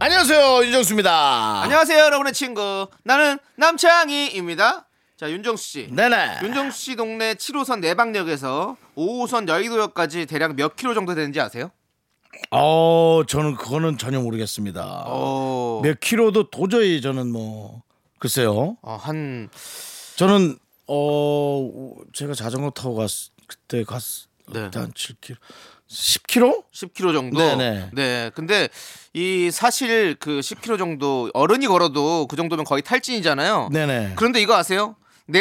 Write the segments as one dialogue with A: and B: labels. A: 안녕하세요 윤정수입니다.
B: 아. 안녕하세요, 여러분의 친구. 나는 남창희입니다. 자, 윤정수 씨.
A: 네네.
B: 윤정수 씨 동네 7호선 내방역에서 5호선 여의도역까지 대략 몇 킬로 정도 되는지 아세요?
A: 어 저는 그거는 전혀 모르겠습니다.
B: 어,
A: 몇 킬로도 도저히 저는 뭐 글쎄요.
B: 어, 한
A: 저는 어 제가 자전거 타고 갔 그때 갔
B: 네.
A: 그때 한 7킬로 10킬로?
B: 10킬로 정도.
A: 네네.
B: 네, 근데 이 사실 그 10킬로 정도 어른이 걸어도 그 정도면 거의 탈진이잖아요.
A: 네네.
B: 그런데 이거 아세요?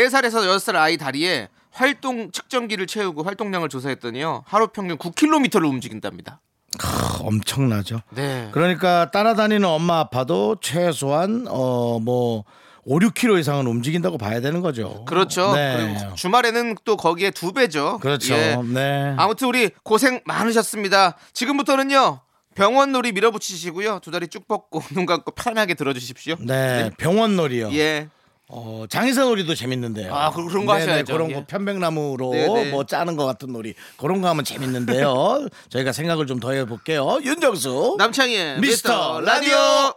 B: 4살에서 6살 아이 다리에 활동 측정기를 채우고 활동량을 조사했더니요. 하루 평균 9km를 움직인답니다.
A: 크, 아, 엄청나죠.
B: 네.
A: 그러니까 따라다니는 엄마 아빠도 최소한 어 뭐 5, 6km 이상은 움직인다고 봐야 되는 거죠.
B: 그렇죠.
A: 네.
B: 그리고 주말에는 또 거기에 두 배죠.
A: 그렇죠.
B: 예.
A: 네.
B: 아무튼 우리 고생 많으셨습니다. 지금부터는요. 병원 놀이 밀어붙이시고요. 두 다리 쭉 뻗고 눈 감고 편하게 들어주십시오.
A: 네. 병원놀이요.
B: 예.
A: 어, 장의사 놀이도 재밌는데요.
B: 아, 그- 그런 거
A: 네네,
B: 하셔야죠.
A: 그런 거
B: 예.
A: 편백나무로
B: 네네.
A: 뭐 짜는 것 같은 놀이 그런 거 하면 재밌는데요. 저희가 생각을 좀 더 해볼게요. 윤정수,
B: 남창희의
A: 미스터
B: 미스터
A: 라디오.
B: 라디오.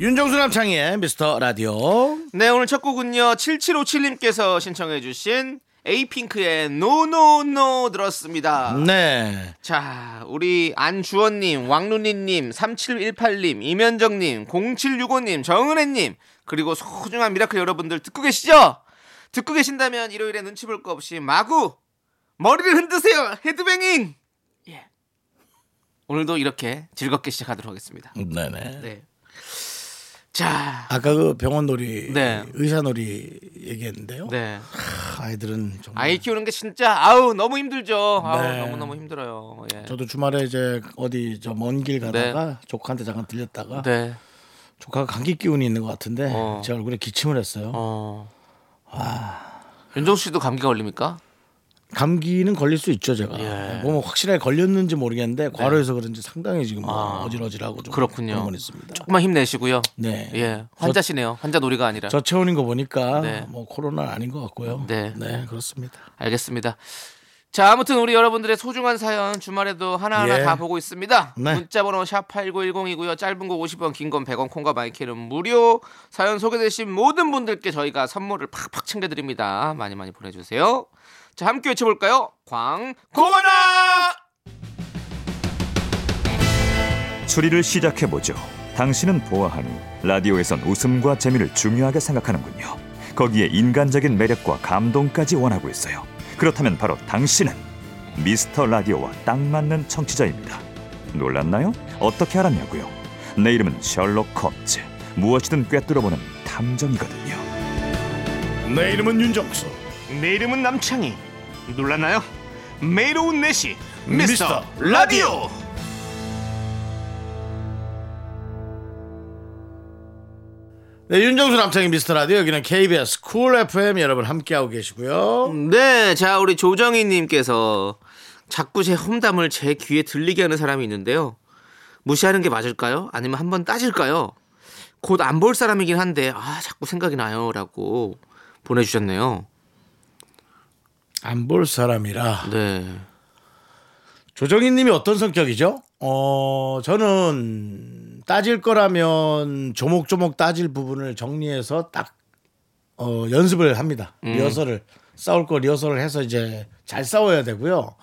A: 윤정수 남창희의 미스터 라디오.
B: 네 오늘 첫 곡은요 7757님께서 신청해주신 에이핑크의 노노노 들었습니다
A: 네.
B: 자 우리 안주원님 왕눈이님 3718님 이면정님 0765님 정은혜님 그리고 소중한 미라클 여러분들 듣고 계시죠? 듣고 계신다면 일요일에 눈치 볼 거 없이 마구 머리를 흔드세요 헤드뱅잉 예. 오늘도 이렇게 즐겁게 시작하도록 하겠습니다
A: 네네.
B: 네. 자
A: 아까 그 병원 놀이,
B: 네.
A: 의사 놀이 얘기했는데요.
B: 네.
A: 크, 아이들은 정말.
B: 아이 키우는 게 진짜 아우 너무 힘들죠. 아우
A: 네.
B: 너무 너무 힘들어요. 예.
A: 저도 주말에 이제 어디 저 먼 길 가다가 조카한테 잠깐 들렸다가
B: 네.
A: 조카가 감기 기운이 있는 것 같은데
B: 어.
A: 제 얼굴에 기침을 했어요.
B: 어. 윤정수 씨도 감기 걸립니까?
A: 감기는 걸릴 수 있죠 제가
B: 예. 네.
A: 뭐 확실하게 걸렸는지 모르겠는데 과로해서 그런지 상당히 지금 뭐
B: 아,
A: 어질어질하고 좀
B: 그렇군요.
A: 그런 건 있습니다
B: 조금만 힘내시고요.
A: 네.
B: 예. 환자시네요. 환자 놀이가 아니라.
A: 저체온인 거 보니까
B: 네.
A: 뭐 코로나 아닌 것 같고요
B: 네.
A: 그렇습니다
B: 알겠습니다. 자, 아무튼 우리 여러분들의 소중한 사연 주말에도 하나하나
A: 예.
B: 다 보고 있습니다.
A: 네.
B: 문자 번호 샵 8910이고요. 짧은 거 50원, 긴 건 100원, 콩과 마이크는 무료. 사연 소개되신 모든 분들께 저희가 선물을 팍팍 챙겨 드립니다. 많이 많이 보내 주세요. 자, 함께 외쳐 볼까요? 광고나!
C: 추리를 시작해보죠. 당신은 보아하니 라디오에선 웃음과 재미를 중요하게 생각하는군요. 거기에 인간적인 매력과 감동까지 원하고 있어요. 그렇다면 바로 당신은 미스터 라디오와 딱 맞는 청취자입니다. 놀랐나요? 어떻게 알았냐고요? 내 이름은 셜록 홈즈. 무엇이든 꿰뚫어보는 탐정이거든요.
A: 내 이름은 윤정수
D: 내 이름은 남창희 놀랐나요? 매일 오후 4시
A: 미스터 라디오 네, 윤정수 남창희 미스터 라디오 여기는 KBS 쿨 FM 여러분 함께하고 계시고요
B: 네, 자 우리 조정희님께서 자꾸 제 험담을 제 귀에 들리게 하는 사람이 있는데요. 무시하는 게 맞을까요? 아니면 한번 따질까요? 곧 안 볼 사람이긴 한데 아 자꾸 생각이 나요라고 보내주셨네요.
A: 안 볼 사람이라
B: 네,
A: 조정희님이 어떤 성격이죠? 어 저는 따질 거라면 조목조목 따질 부분을 정리해서 딱 어, 연습을 합니다.
B: 음.
A: 리허설을 싸울 거 리허설을 해서 이제 잘 싸워야 되고요.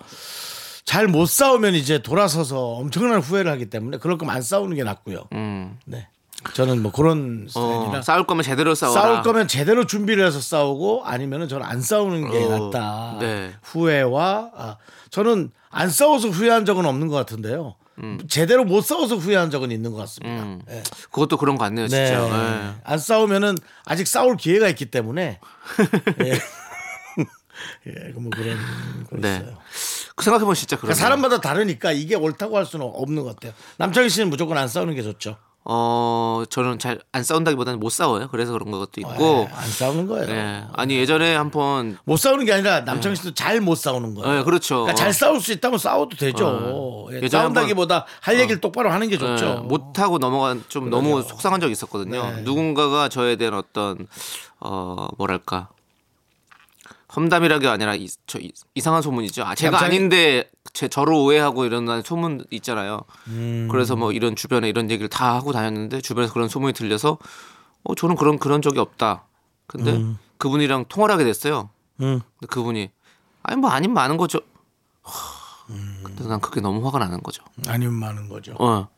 A: 잘 못 싸우면 이제 돌아서서 엄청난 후회를 하기 때문에 그럴 거면 안 싸우는 게 낫고요.
B: 음,
A: 네, 저는 뭐 그런
B: 어,
A: 스타일이라
B: 싸울 거면 제대로 싸워라.
A: 싸울 거면 제대로 준비를 해서 싸우고 아니면은 저는 안 싸우는 게
B: 어,
A: 낫다.
B: 네.
A: 후회와 아, 저는 안 싸워서 후회한 적은 없는 것 같은데요. 제대로 못 싸워서 후회한 적은 있는 것 같습니다.
B: 음.
A: 예.
B: 그것도 그런 거 같네요,
A: 네.
B: 진짜. 네.
A: 안 싸우면은 아직 싸울 기회가 있기 때문에 예. 예, 뭐 그런 거
B: 네.
A: 있어요.
B: 그 생각해보면 진짜 그런.
A: 그러니까 사람마다 다르니까 이게 옳다고 할 수는 없는 것 같아요. 남창희 씨는 무조건 안 싸우는 게 좋죠.
B: 어 저는 잘 안 싸운다기보다는 못 싸워요. 그래서 그런 것도 있고.
A: 예, 안 싸우는 거예요.
B: 예. 아니 예전에 한번
A: 못 싸우는 게 아니라 남창희 씨도 잘 못 싸우는 거예요.
B: 예, 네. 그렇죠.
A: 그러니까 잘 싸울 수 있다면 싸워도 되죠. 예,
B: 어. 예전에 어.
A: 싸운다기보다 할 얘기를 똑바로 하는 게 좋죠.
B: 예, 못하고 넘어간 좀 너무 속상한 적이 있었거든요. 누군가가 저에 대한 어떤 어 뭐랄까 험담이라게 아니라 이, 저, 이- 이상한 소문이죠. 아, 제가
A: 남창이-
B: 아닌데 제 저를 오해하고 이런 소문 있잖아요. 그래서 뭐 이런 주변에 이런 얘기를 다 하고 다녔는데 주변에서 그런 소문이 들려서 어 저는 그런 그런 적이 없다. 근데 그분이랑 통화를 하게 됐어요.
A: 음.
B: 근데 그분이 아니 뭐 아닌 많은 거죠. 하, 근데 난 그게 너무 화가 나는 거죠.
A: 아니면 많은 거죠.
B: 어.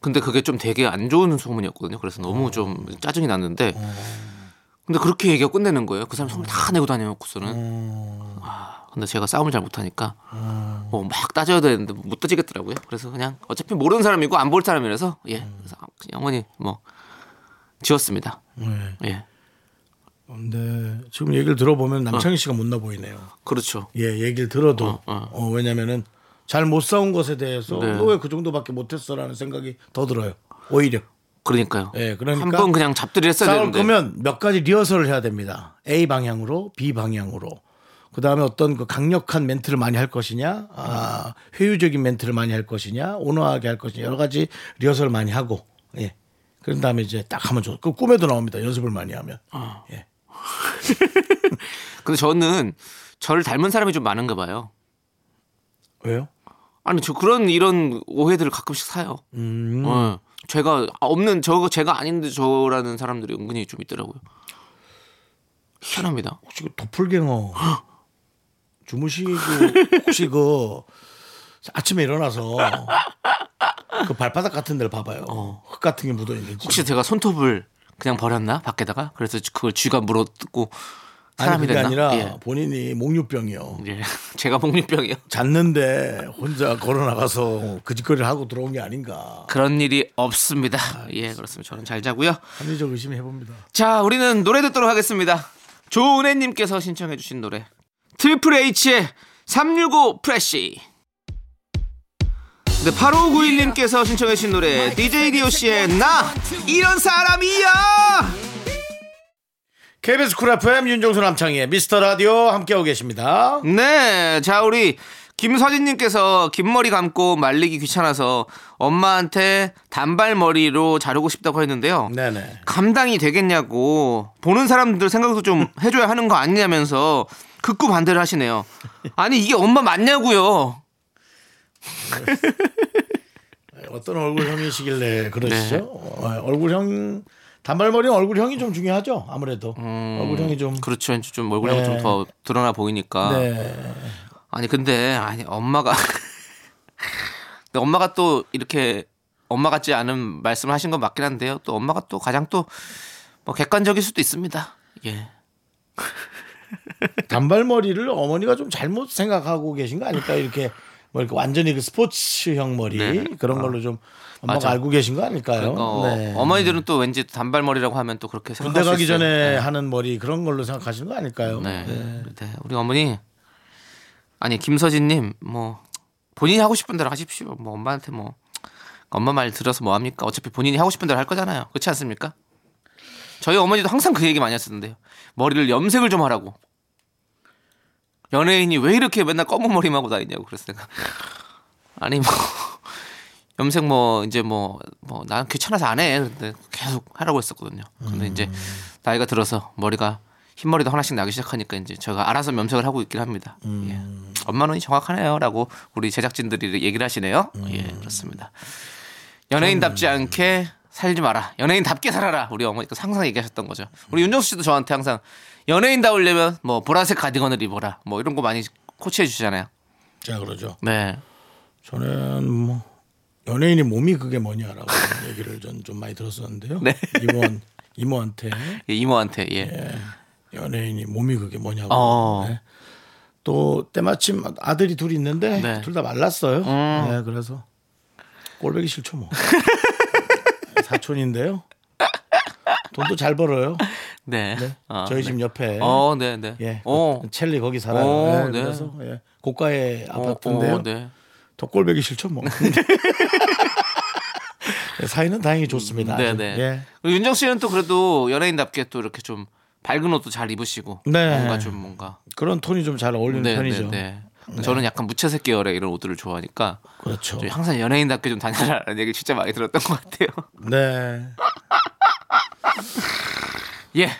B: 근데 그게 좀 되게 안 좋은 소문이었거든요. 그래서
A: 어.
B: 너무 좀 짜증이 났는데. 근데 그렇게 얘기가 끝내는 거예요. 그 사람 소문
A: 음.
B: 다 내고 다녀놓고서는.
A: 어.
B: 아, 근데 제가 싸움을 잘 못하니까 어, 막 따져야 되는데 못 따지겠더라고요. 그래서 그냥 어차피 모르는 사람이고 안 볼 사람이라서 예,
A: 음.
B: 그래서 그냥 영원히 뭐 지웠습니다.
A: 네.
B: 예,
A: 근데 지금 얘기를 들어보면 남창희 씨가 못나 보이네요.
B: 그렇죠.
A: 예, 얘기를 들어도
B: 어, 어.
A: 어, 왜냐면은 잘 못 싸운 것에 대해서
B: 네.
A: 너 왜 그 정도밖에 못했어라는 생각이 더 들어요. 오히려
B: 그러니까요.
A: 예, 그러니까
B: 한 번 그냥 잡들이 했어야
A: 싸울
B: 되는데.
A: 거면 몇 가지 리허설을 해야 됩니다. A 방향으로, B 방향으로. 그 다음에 어떤 그 강력한 멘트를 많이 할 것이냐, 아, 회유적인 멘트를 많이 할 것이냐, 온화하게 할 것이냐, 여러 가지 리허설을 많이 하고, 예. 그런 다음에 이제 딱 하면 좋. 그 꿈에도 나옵니다. 연습을 많이 하면. 예.
B: 근데 저는 저를 닮은 사람이 좀 많은가 봐요.
A: 왜요?
B: 아니 저 그런 이런 오해들을 가끔씩 사요.
A: 음.
B: 어, 제가 없는 저거 제가 아닌데 저라는 사람들이 은근히 좀 있더라고요. 희한합니다.
A: 혹시 그 도플갱어 주무시고 혹시 그 아침에 일어나서 그 발바닥 같은 데를 봐봐요. 흙 같은 게 묻어 있는지.
B: 혹시 제가 손톱을 그냥 버렸나 밖에다가 그래서 그걸 쥐가 물어뜯고
A: 아니
B: 사람이
A: 그게
B: 됐나?
A: 아니라
B: 예.
A: 본인이 목유병이요.
B: 예. 제가 목류병이요.
A: 잤는데 혼자 걸어 나가서 그 짓거리를 하고 들어온 게 아닌가.
B: 그런 일이 없습니다. 예, 그렇습니다. 저는 잘 자고요.
A: 합리적 의심해 봅니다.
B: 자, 우리는 노래 듣도록 하겠습니다. 조은혜님께서 신청해주신 노래. 트리플 H의 365 프레쉬. 네, 8591님께서 신청해주신 노래. DJ DOC의 나! 이런 사람이야!
A: KBS 쿨 FM 윤정수 남창희의 미스터 라디오 함께하고 계십니다.
B: 네, 자, 우리 김서진님께서 긴 머리 감고 말리기 귀찮아서 엄마한테 단발머리로 자르고 싶다고 했는데요.
A: 네네.
B: 감당이 되겠냐고 보는 사람들 생각도 좀 해줘야 하는 거 아니냐면서 극구 반대를 하시네요. 아니 이게 엄마 맞냐고요.
A: 어떤 얼굴형이시길래 그러시죠? 어, 얼굴형 단발머리는 얼굴형이 좀 중요하죠. 아무래도 얼굴형이 좀
B: 그렇죠. 이제 좀 얼굴이
A: 네.
B: 좀 더 드러나 보이니까.
A: 네.
B: 아니 근데 아니 엄마가 근데 엄마가 또 이렇게 엄마 같지 않은 말씀을 하신 건 맞긴 한데요. 또 엄마가 또 가장 또 뭐 객관적일 수도 있습니다. 예.
A: 단발머리를 어머니가 좀 잘못 생각하고 계신 거 아닐까 이렇게 뭐 이렇게 완전히 그 스포츠형 머리
B: 네.
A: 그런 걸로 좀 엄마가
B: 맞아.
A: 알고 계신 거 아닐까요?
B: 어,
A: 네.
B: 어머니들은 또 왠지 단발머리라고 하면 또 그렇게 생각할
A: 군대
B: 수
A: 가기
B: 있어요.
A: 전에 하는 머리 그런 걸로 생각하시는 거 아닐까요?
B: 네.
A: 네.
B: 네. 우리 어머니 아니 김서진님 뭐 본인이 하고 싶은 대로 하십시오. 뭐 엄마한테 뭐 엄마 말 들어서 뭐 합니까? 어차피 본인이 하고 싶은 대로 할 거잖아요. 그렇지 않습니까? 저희 어머니도 항상 그 얘기 많이 하셨는데요. 머리를 염색을 좀 하라고. 연예인이 왜 이렇게 맨날 검은 머리만 하고 다니냐고 그래서 내가 아니 뭐 염색 뭐 이제 뭐 뭐 난 귀찮아서 안 해. 근데 계속 하라고 했었거든요. 근데 이제 나이가 들어서 머리가 흰머리도 하나씩 나기 시작하니까 이제 제가 알아서 염색을 하고 있긴 합니다. 예. 엄마는 정확하네요라고 우리 제작진들이 얘기를 하시네요. 예, 그렇습니다. 연예인답지 않게 살지 마라. 연예인답게 살아라. 우리 어머니께서 그 항상 얘기하셨던 거죠. 우리 윤정수 씨도 저한테 항상 연예인다우려면 뭐 보라색 가디건을 입어라. 뭐 이런 거 많이 코치해 주시잖아요.
A: 제가 그러죠.
B: 네.
A: 저는 뭐 연예인이 몸이 그게 뭐냐라고 얘기를 전 좀 많이 들었었는데요.
B: 네.
A: 이모한 이모한테
B: 예, 이모한테 예.
A: 연예인이 몸이 그게 뭐냐고.
B: 어.
A: 네. 또 때마침 아들이 둘이 있는데
B: 네. 음.
A: 둘 다 말랐어요. 네, 그래서 꼴보기 싫죠 뭐. 사촌인데요. 돈도 잘 벌어요.
B: 네. 아,
A: 저희
B: 네.
A: 집 옆에.
B: 어, 네, 네.
A: 예.
B: 어.
A: 그 첼리 거기 살아요.
B: 어,
A: 네,
B: 네.
A: 그래서 예. 고가의
B: 어,
A: 아파트인데요.
B: 어, 네.
A: 더 꼴보기 싫죠 뭐. 사이는 다행히 좋습니다.
B: 음, 네네.
A: 예.
B: 그리고 윤정 씨는 또 그래도 연예인답게 또 이렇게 좀 밝은 옷도 잘 입으시고
A: 네.
B: 뭔가 좀 뭔가
A: 그런 톤이 좀 잘 어울리는 편이죠.
B: 네. 저는 약간 무채색 계열의 이런 옷들을 좋아하니까
A: 그렇죠.
B: 저 항상 연예인답게 좀 다녀라는 얘기를 진짜 많이 들었던 것 같아요.
A: 네.
B: 예.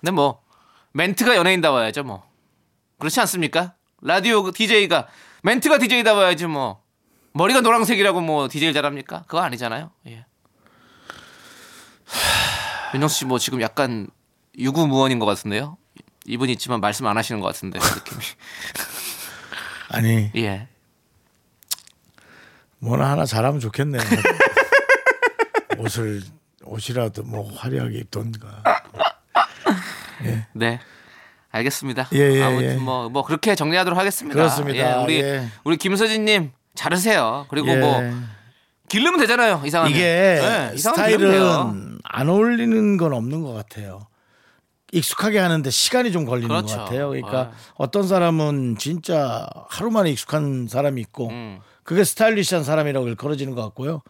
B: 근데 뭐 멘트가 연예인다워야죠 뭐. 그렇지 않습니까? 라디오 DJ가 멘트가 DJ다워야지 뭐. 머리가 노란색이라고 뭐 DJ를 잘합니까? 그거 아니잖아요. 예. 윤정 씨뭐 지금 약간 유구무원인 것 같은데요. 이분 있지만 말씀 안 하시는 것 같은데 그 느낌이.
A: 아니
B: 예.
A: 뭐나 하나 잘하면 좋겠네. 옷을 옷이라도 뭐 화려하게 입던가.
B: 네. 알겠습니다.
A: 예, 예,
B: 아무튼
A: 예.
B: 뭐, 뭐 그렇게 정리하도록 하겠습니다.
A: 그렇습니다.
B: 예, 우리
A: 예.
B: 우리 김서진님 자르세요. 그리고
A: 예.
B: 뭐 기르면 되잖아요. 이상하면.
A: 이게
B: 예, 이상하면 기르면 돼요.
A: 스타일은 안 어울리는 건 없는 것 같아요. 익숙하게 하는데 시간이 좀 걸리는
B: 그렇죠.
A: 것 같아요. 그러니까
B: 아.
A: 어떤 사람은 진짜 하루 만에 익숙한 사람이 있고
B: 음.
A: 그게 스타일리시한 사람이라고 일컬어지는 것 같고요.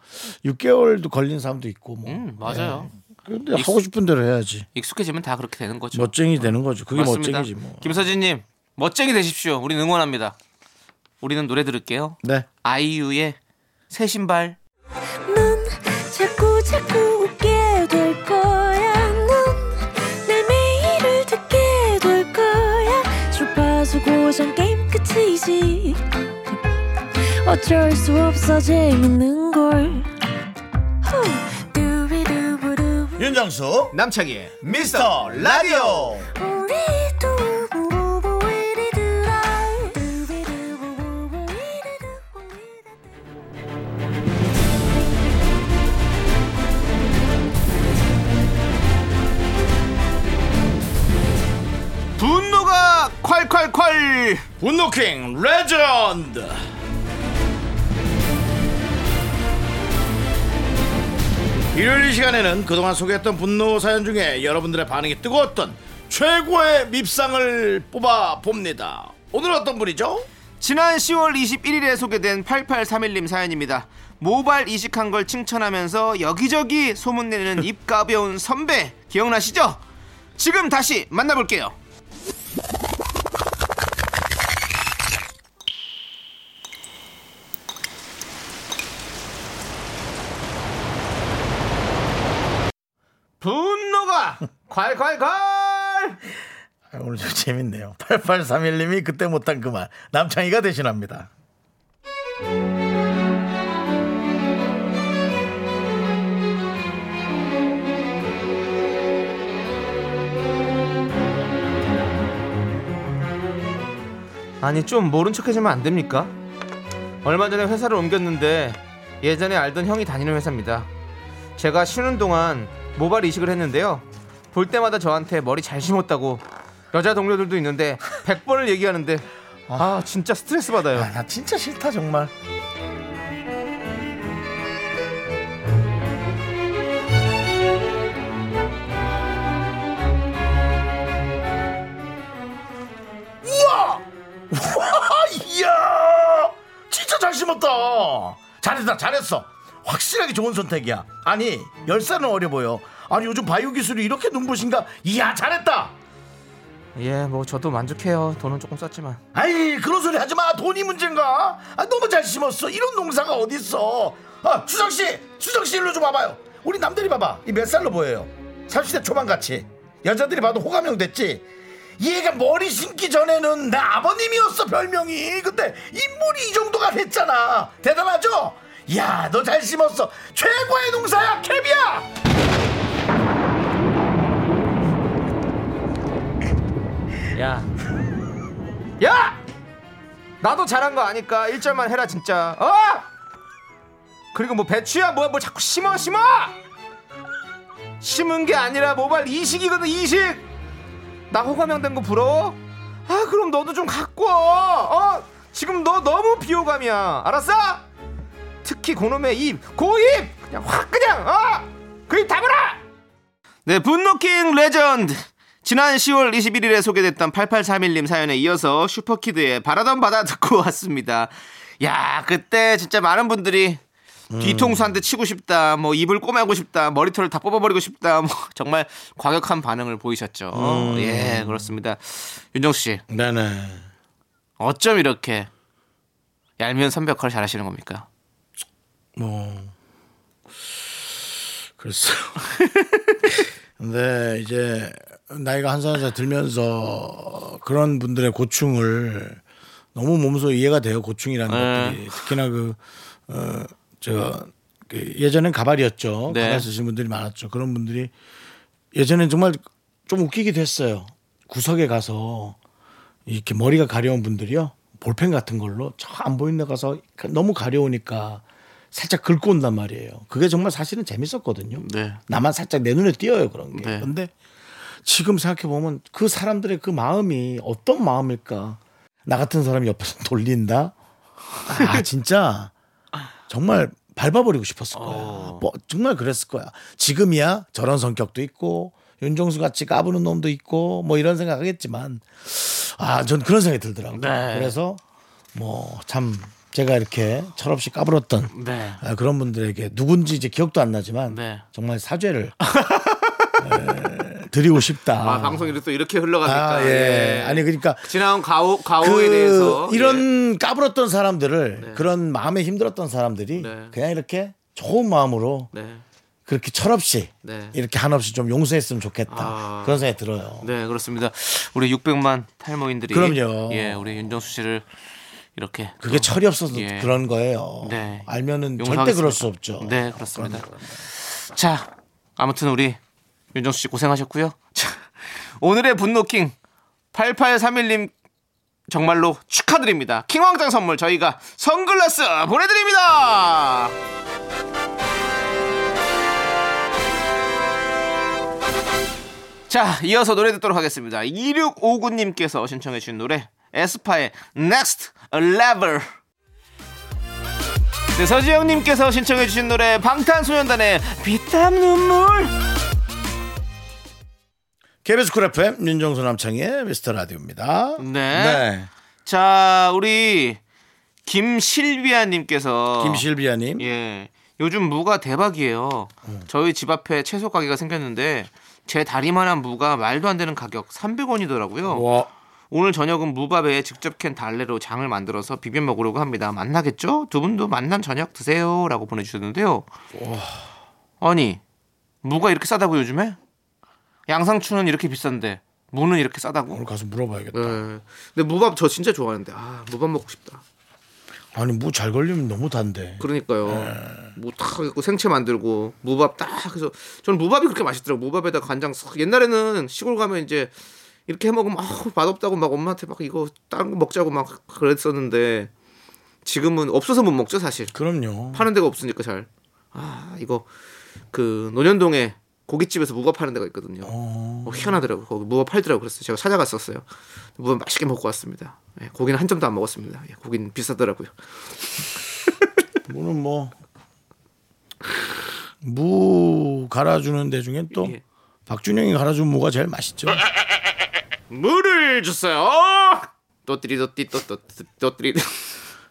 A: 6개월도 걸린 사람도 있고 뭐.
B: 음, 맞아요.
A: 근데 하고 싶은 대로 해야지.
B: 익숙해지면 다 그렇게 되는 거죠.
A: 멋쟁이 되는 거죠. 뭐, 그게
B: 맞습니다.
A: 멋쟁이지 뭐.
B: 김서진님 멋쟁이 되십시오. 우리 응원합니다. 우리는 노래 들을게요.
A: 네.
B: 아이유의 새 신발.
E: 넌 자꾸 자꾸 웃게 될 거야. 넌내 매일을 듣게 될 거야. 주파수 고정 게임 끝이지. 어쩔 수 없어 재밌는 걸. 후. 두비두부두.
A: 윤정수
B: 남창희의
A: 미스터 라디오.
E: 우리 두부부부 우리 두라. 두비두부부부 우리 두부 우리 두부.
B: 분노가 콸콸콸.
A: 분노킹 레전드. 일요일 이 시간에는 그동안 소개했던 분노 사연 중에 여러분들의 반응이 뜨거웠던 최고의 밉상을 뽑아 봅니다. 오늘 어떤 분이죠?
B: 지난 10월 21일에 소개된 8831님 사연입니다. 모발 이식한 걸 칭찬하면서 여기저기 소문내는 입 가벼운 선배 기억나시죠? 지금 다시 만나볼게요. 분노가 콸콸콸!
A: 아, 오늘 좀 재밌네요. 8831님이 그때 못한 그 말. 남창희가 대신합니다.
B: 아니 좀 모른 척해주면 안 됩니까? 얼마 전에 회사를 옮겼는데 예전에 알던 형이 다니는 회사입니다. 제가 쉬는 동안 모발 이식을 했는데요. 볼 때마다 저한테 머리 잘 심었다고 여자 동료들도 있는데 100번을 얘기하는데 아 진짜 스트레스 받아요. 네.
A: 아, 나 진짜 싫다 정말. 우와! 우와! 이야! 진짜 잘 심었다. 잘했다. 잘했어. 확실하게 좋은 선택이야. 아니, 10살은 어려 보여. 아니, 요즘 바이오 기술이 이렇게 눈부신가? 이야, 잘했다.
B: 예 뭐 저도 만족해요. 돈은 조금 썼지만
A: 아이 그런 소리 하지 마 돈이 문제인가 아, 너무 잘 심었어 이런 농사가 어딨어 아, 수정 씨 수정 씨 일로 좀 와봐요 우리 남들이 봐봐 이 몇 살로 보여요 30대 초반 같이 여자들이 봐도 호감형 됐지 얘가 머리 심기 전에는 나 아버님이었어 별명이 근데 인물이 이 정도가 됐잖아 대단하죠 야 너 잘 심었어 최고의 농사야 캡이야
B: 야. 야! 나도 잘한 거 아니까 1절만 해라 진짜. 어? 그리고 뭐 배추야 뭐야 뭐 자꾸 심어 심어! 심은 게 아니라 모발 이식이거든 이식. 나 호감형 된 거 부러워? 아 그럼 너도 좀 갖고 와. 어? 지금 너 너무 비호감이야. 알았어? 특히 고놈의 입, 고입 그냥 확 그냥 어? 그입 담으라! 네, 분노킹 레전드. 지난 10월 21일에 소개됐던 8831님 사연에 이어서 슈퍼키드의 바라던 바다 듣고 왔습니다. 야, 그때 진짜 많은 분들이
A: 음.
B: 뒤통수 한 대 치고 싶다, 뭐 입을 꼬매고 싶다, 머리털을 다 뽑아버리고 싶다, 뭐 정말 과격한 반응을 보이셨죠.
A: 음.
B: 예, 그렇습니다. 윤정수 씨,
A: 네네.
B: 어쩜 이렇게 얄미운 선벽화를 잘하시는 겁니까?
A: 뭐 글쎄요. 근데 이제 나이가 한 살 한 살 들면서 그런 분들의 고충을 너무 몸소 이해가 돼요. 고충이라는
B: 네.
A: 것들이 특히나 그어저 그 예전엔 가발이었죠.
B: 네.
A: 가발 쓰신 분들이 많았죠. 그런 분들이 예전엔 정말 좀 웃기기도 했어요. 구석에 가서 이렇게 머리가 가려운 분들이요. 볼펜 같은 걸로 저 안 보이는 데 가서 너무 가려우니까 살짝 긁고 온단 말이에요. 그게 정말 사실은 재밌었거든요.
B: 네.
A: 나만 살짝 내 눈에 띄어요 그런 게.
B: 네.
A: 근데 지금 생각해 보면 그 사람들의 그 마음이 어떤 마음일까? 나 같은 사람이 옆에서 돌린다. 아 진짜 정말 밟아버리고 싶었을 거야.
B: 어.
A: 뭐 정말 그랬을 거야. 지금이야 저런 성격도 있고 윤종수 같이 까부는 놈도 있고 뭐 이런 생각하겠지만 아 전 그런 생각이 들더라고요.
B: 네.
A: 그래서 뭐 참 제가 이렇게 철없이 까불었던
B: 네.
A: 아, 그런 분들에게 누군지 이제 기억도 안 나지만
B: 네.
A: 정말 사죄를 에, 드리고 싶다.
B: 아, 방송이 또 이렇게 흘러가니까.
A: 아, 예. 아니 그러니까
B: 지나온 가오, 가오에 대해서. 예.
A: 그 이런 까불었던 사람들을 그런 마음에 힘들었던 사람들이
B: 네.
A: 그냥 이렇게 좋은 마음으로
B: 예. 네.
A: 그렇게 철없이
B: 네.
A: 이렇게 한없이 좀 용서했으면 좋겠다
B: 아.
A: 그런 생각이 들어요.
B: 네, 그렇습니다. 우리 600만 탈모인들이
A: 그럼요.
B: 예, 우리 윤정수 씨를 이렇게
A: 그게
B: 또-
A: 철이 없어서
B: 예.
A: 그런 거예요.
B: 네.
A: 알면은 절대
B: 용서하겠습니다.
A: 그럴 수 없죠.
B: 네, 그렇습니다. 자, 아무튼 우리 윤정수 씨 고생하셨고요. 자, 오늘의 분노킹 8831님 정말로 축하드립니다. 킹왕짱 선물 저희가 선글라스 보내드립니다. 자, 이어서 노래 듣도록 하겠습니다. 2659님께서 신청해 주신 노래 에스파의 Next Level 네, 서지영님께서 신청해 주신 노래 방탄소년단의 비땀 눈물
A: KBS 쿨 FM 윤정수 남창의 미스터 라디오입니다.
B: 네. 자, 우리 김실비아님께서
A: 김실비아님.
B: 예 요즘 무가 대박이에요. 저희 집 앞에 채소 가게가 생겼는데 제 다리만한 무가 말도 안 되는 가격 300원이더라고요.
A: 와.
B: 오늘 저녁은 무밥에 직접 캔 달래로 장을 만들어서 비벼 먹으려고 합니다. 만나겠죠? 두 분도 만난 저녁 드세요라고 보내주셨는데요. 아니 무가 이렇게 싸다고 요즘에? 양상추는 이렇게 비싼데 무는 이렇게 싸다고?
A: 오늘 가서 물어봐야겠다.
B: 예. 근데 무밥 저 진짜 좋아하는데 아 무밥 먹고 싶다.
A: 아니 뭐 잘 걸리면 너무 단데.
B: 그러니까요. 뭐탁 해고 생채 만들고 무밥 딱 해서 저는 무밥이 그렇게 맛있더라고. 무밥에다 간장 싹. 옛날에는 시골 가면 이제 이렇게 해 먹으면 아우 맛없다고 막 엄마한테 막 이거 다른 거 먹자고 막 그랬었는데 지금은 없어서 못 먹죠 사실.
A: 그럼요.
B: 파는 데가 없으니까 잘. 아 이거 그 논현동에 고깃집에서 무밥 파는 데가 있거든요. 어, 희한하더라고 요 거기 무밥 팔더라고 요 그래서 제가 찾아갔었어요. 무밥 맛있게 먹고 왔습니다. 예, 고기는 한 점도 안 먹었습니다. 예, 고기는 비싸더라고요.
A: 물은 뭐 무 갈아주는 데 중에 또
B: 예.
A: 박준영이 갈아준 무가 제일 맛있죠.
B: 물을 줬어요. 또띠리 또띠 또또또띠리.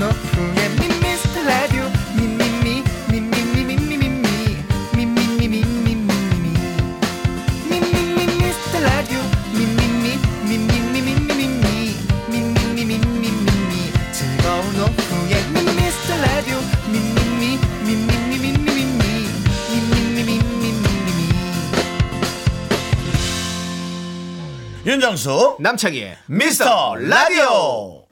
F: 오후에 미스터 라디오 미미미 미미미미미미 미미미미미미 미미미 미스터 라디오
G: 윤정수
B: 남창희의
G: 미스터 라디오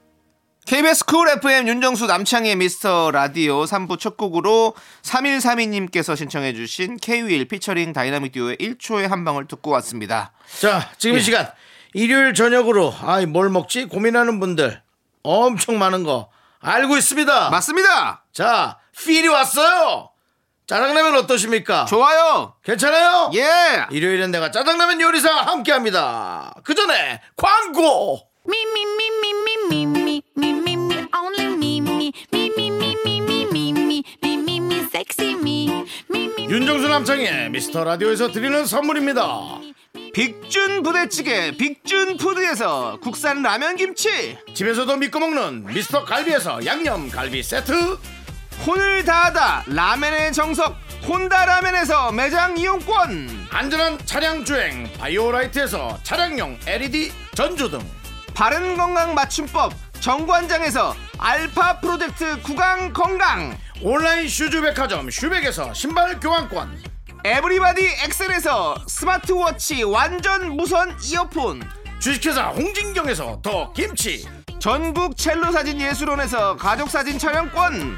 B: KBS 쿨 FM 윤정수 남창희의 미스터 라디오 3부 첫 곡으로 3132님께서 신청해 주신 K-윌 피처링 다이나믹 듀오의 1초의 한 방울 듣고 왔습니다.
A: 자, 지금 이 시간 일요일 저녁으로 아이 뭘 먹지 고민하는 분들 엄청 많은 거 알고 있습니다.
B: 맞습니다.
A: 자, 필이 왔어요. 짜장라면 어떠십니까?
B: 좋아요.
A: 괜찮아요?
B: 예.
A: 일요일엔 내가 짜장라면 요리사 함께합니다. 그 전에 광고.
E: Me, me, me, me, me, me, me, me, me, me, only me, me, me, me, me, me, me, me, me, me, me, me, sexy me, me, me, me.
A: 윤정수 남창의 미스터 라디오에서 드리는 선물입니다.
B: 빅준 부대찌개 빅준 푸드에서 국산 라면 김치
A: 집에서도 믿고 먹는 미스터 갈비에서 양념 갈비 세트.
B: 혼을 다하다 라면의 정석 혼다 라면에서 매장 이용권
A: 안전한 차량 주행 바이오라이트에서 차량용 LED 전조등.
B: 바른 건강 맞춤법 정관장에서 알파 프로젝트 구강 건강
A: 온라인 슈즈 백화점 슈백에서 신발 교환권.
B: 에브리바디 엑셀에서 스마트워치 완전 무선 이어폰
A: 주식회사 홍진경에서 더 김치.
B: 전국 첼로 사진 예술원에서 가족 사진 촬영권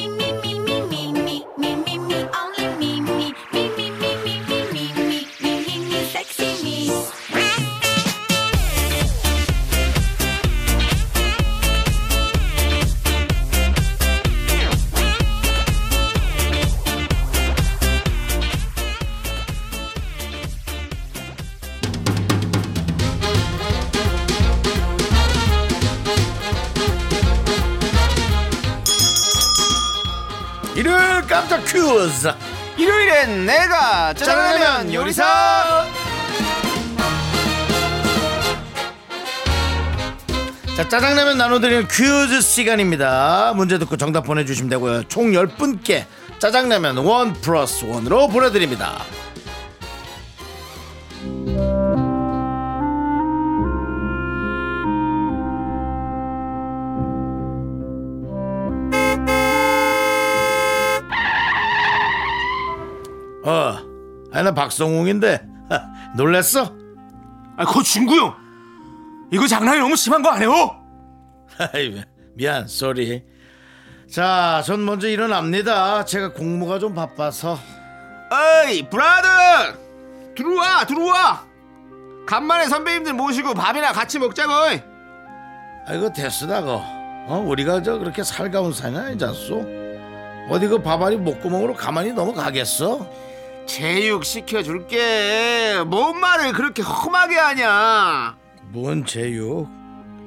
E: me, me, me, me, me, me, me, me, only me, me, me, me, me, me, me, me, me, me, me, me, sexy me.
A: 일요일 깜짝 퀴즈.
B: 일요일엔 내가 짜장라면 요리사
A: 자, 짜장라면 나눠드리는 퀴즈 시간입니다. 문제 듣고 정답 보내주시면 되고요. 총 10분께 짜장라면 원 플러스 원으로 보내드립니다. 어, 아니, 나 박성웅인데. 놀랬어?
B: 아, 그거 중구 형. 이거 장난이 너무 심한 거 아니에요?
A: 아이, 미안, 쏘리. 자, 전 먼저 일어납니다. 제가 공무가 좀 바빠서.
B: 어이, 브라더! 들어와, 들어와! 간만에 선배님들 모시고 밥이나 같이 먹자고.
A: 아이고, 됐으다, 거. 어, 우리가 저 그렇게 살가운 사이 아니잖소? 어디 그 밥알이 목구멍으로 가만히 넘어가겠어?
B: 제육 시켜줄게. 뭔 말을 그렇게 험하게 하냐.
A: 뭔 제육.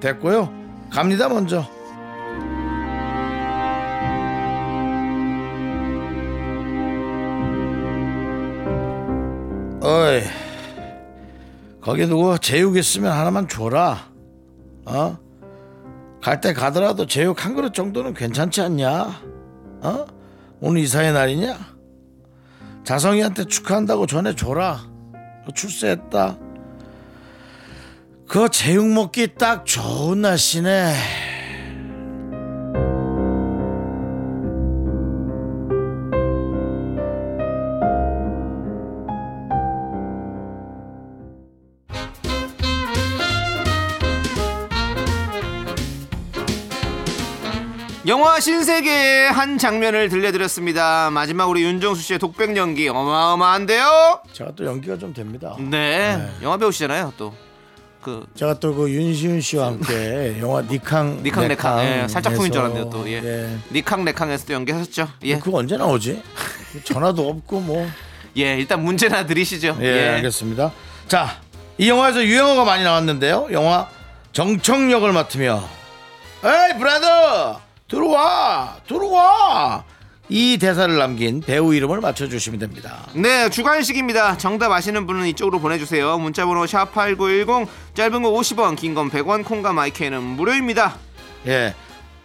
A: 됐고요. 갑니다, 먼저. 어이, 거기 누구 제육 있으면 하나만 줘라. 어? 갈 때 가더라도 제육 한 그릇 정도는 괜찮지 않냐? 어? 오늘 이사의 날이냐? 자성이한테 축하한다고 전해줘라. 출세했다. 그 제육 먹기 딱 좋은 날씨네.
B: 영화 신세계의 한 장면을 들려드렸습니다. 마지막 우리 윤정수 씨의 독백 연기 어마어마한데요.
A: 제가 또 연기가 좀 됩니다.
B: 네, 영화 배우시잖아요. 또 그,
A: 제가 또 그 윤시윤 씨와 함께 영화 니캉
B: 니캉 네캉, 예, 살짝품인 줄 알았는데 또, 예.
A: 예.
B: 니캉 네캉에서 또 연기하셨죠? 예,
A: 그거 언제 나오지? 전화도 없고 뭐.
B: 예, 일단 문제나 드리시죠.
A: 예, 알겠습니다. 자, 이 영화에서 유행어가 많이 나왔는데요. 영화 정청역을 맡으며 에이 브라더 들어와 들어와 이 대사를 남긴 배우 이름을 맞춰주시면 됩니다.
B: 네, 주관식입니다. 정답 아시는 분은 이쪽으로 보내주세요. 문자번호 샵8910, 짧은 거 50원, 긴 건 100원, 콩과 마이크는 무료입니다.
A: 예.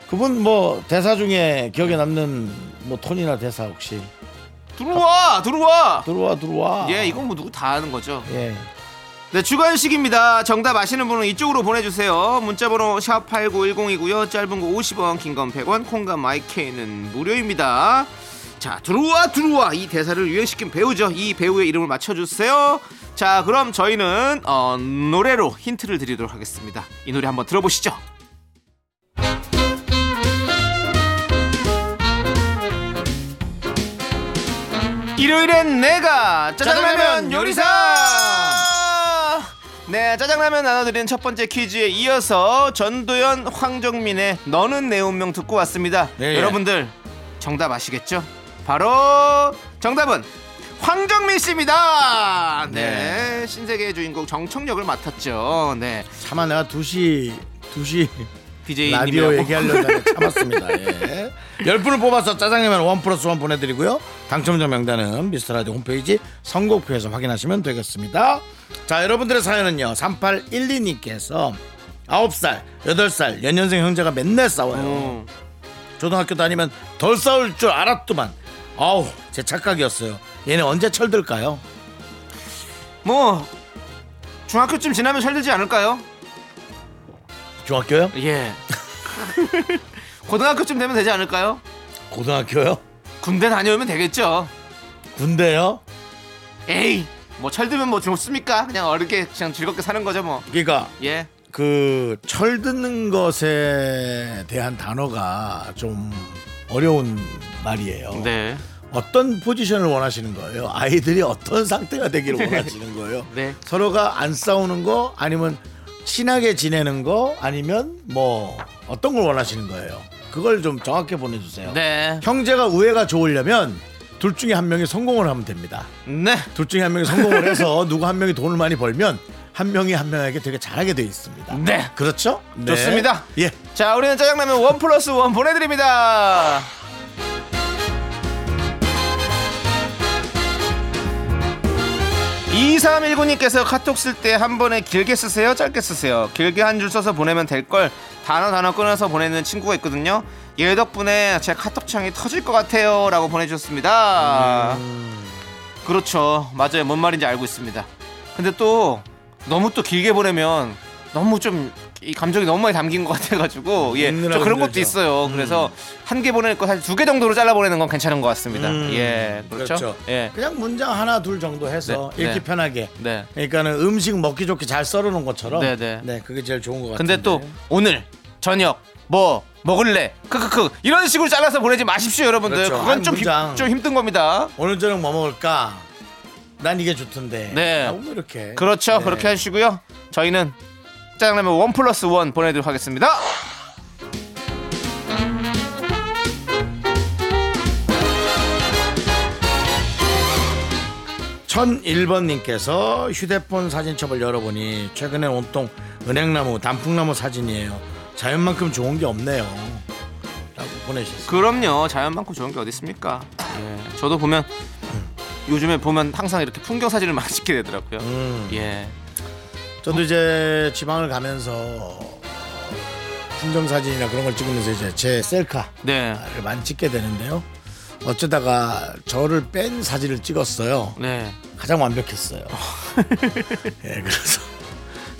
A: 그분 뭐 대사 중에 기억에 남는 뭐 톤이나 대사 혹시
B: 들어와 들어와
A: 들어와 들어와.
B: 예 이건 뭐 누구 다 아는 거죠
A: 예.
B: 네, 주관식입니다. 정답 아시는 분은 이쪽으로 보내주세요. 문자번호 샵8910이고요. 짧은 거 50원, 긴 건 100원, 콩과 마이케이는 무료입니다. 자, 들어와, 들어와. 이 대사를 유행시킨 배우죠. 이 배우의 이름을 맞춰주세요. 자, 그럼 저희는 어, 노래로 힌트를 드리도록 하겠습니다. 이 노래 한번 들어보시죠. 일요일엔 내가 짜장라면 요리사 네 짜장라면 나눠드리는 첫 번째 퀴즈에 이어서 전도연 황정민의 너는 내 운명 듣고 왔습니다
A: 네, 예.
B: 여러분들 정답 아시겠죠 바로 정답은 황정민 씨입니다 네, 신세계의 주인공 정청역을 맡았죠 네
A: 차마 내가 2시 2시
B: BJ
A: 라디오
B: 어,
A: 얘기하려다가 참았습니다. 예. 10분을 뽑아서 짜장라면 원 플러스 원 보내드리고요. 당첨자 명단은 미스터라디오 홈페이지 선곡표에서 확인하시면 되겠습니다. 자 여러분들의 사연은요. 3812님께서 9살, 8살 연년생 형제가 맨날 싸워요. 초등학교 다니면 덜 싸울 줄 알았더만 아우 제 착각이었어요. 얘네 언제 철들까요?
B: 뭐 중학교쯤 지나면 철들지 않을까요
A: 중학교요?
B: 예. 고등학교쯤 되면 되지 않을까요?
A: 고등학교요?
B: 군대 다녀오면 되겠죠.
A: 군대요?
B: 에이, 뭐 철들면 뭐 좋습니까? 그냥 어렵게 그냥 즐겁게 사는 거죠 뭐.
A: 그러니까
B: 예.
A: 그 철 듣는 것에 대한 단어가 좀 어려운 말이에요.
B: 네.
A: 어떤 포지션을 원하시는 거예요? 아이들이 어떤 상태가 되기를 원하시는 거예요?
B: 네.
A: 서로가 안 싸우는 거 아니면 친하게 지내는 거 아니면 뭐 어떤 걸 원하시는 거예요? 그걸 좀 정확히 보내주세요.
B: 네.
A: 형제가 우애가 좋으려면 둘 중에 한 명이 성공을 하면 됩니다.
B: 네.
A: 둘 중에 한 명이 성공을 해서 누구 한 명이 돈을 많이 벌면 한 명이 한 명에게 되게 잘하게 돼 있습니다.
B: 네.
A: 그렇죠? 네.
B: 좋습니다.
A: 예.
B: 자, 우리는 짜장라면 원 플러스 원 보내드립니다. 이삼일9님께서 카톡 쓸 때 한 번에 길게 쓰세요, 짧게 쓰세요. 길게 한 줄 써서 보내면 될 걸 단어 단어 끊어서 보내는 친구가 있거든요. 얘 덕분에 제 카톡창이 터질 것 같아요라고 보내주셨습니다.
A: 음.
B: 그렇죠, 맞아요. 뭔 말인지 알고 있습니다. 근데 또 너무 또 길게 보내면 너무 좀 이 감정이 너무 많이 담긴 것 같아가지고 예, 좀
A: 읽느라
B: 그런
A: 음,
B: 것도
A: 힘들죠.
B: 있어요. 그래서 한 개 보낼 거 사실 두 개 정도로 잘라 보내는 건 괜찮은 것 같습니다.
A: 음,
B: 예, 그렇죠. 예,
A: 그냥 문장 하나 둘 정도 해서
B: 네,
A: 읽기
B: 네.
A: 편하게.
B: 네.
A: 그러니까는 음식 먹기 좋게 잘 썰어놓은 것처럼.
B: 네, 네.
A: 그게 제일 좋은 것 같아요.
B: 근데 또 오늘 저녁 뭐 먹을래 크크크 이런 식으로 잘라서 보내지 마십시오 여러분들
A: 그렇죠.
B: 그건
A: 한
B: 좀, 힘-
A: 문장.
B: 좀 힘든 겁니다
A: 오늘 저녁 뭐 먹을까? 난 이게 좋던데.
B: 네.
A: 아, 오늘 이렇게.
B: 그렇죠
A: 네.
B: 그렇게 하시고요 저희는 짜장라면 원 플러스 원 보내도록 하겠습니다
A: 천 일번님께서 휴대폰 사진첩을 열어보니 최근에 온통 은행나무, 단풍나무 사진이에요. 자연만큼 좋은 게 없네요. 라고 보내셨어요.
B: 그럼요 자연만큼 좋은 게 어디 있습니까 예, 저도 보면 요즘에 보면 항상 이렇게 풍경 사진을 많이 찍게 되더라고요
A: 음,
B: 예
A: 저도 이제 지방을 가면서 풍경사진이나 그런 걸 찍으면서 이제 제 셀카를
B: 네.
A: 많이 찍게 되는데요. 어쩌다가 저를 뺀 사진을 찍었어요.
B: 네.
A: 가장 완벽했어요. 예, 그래서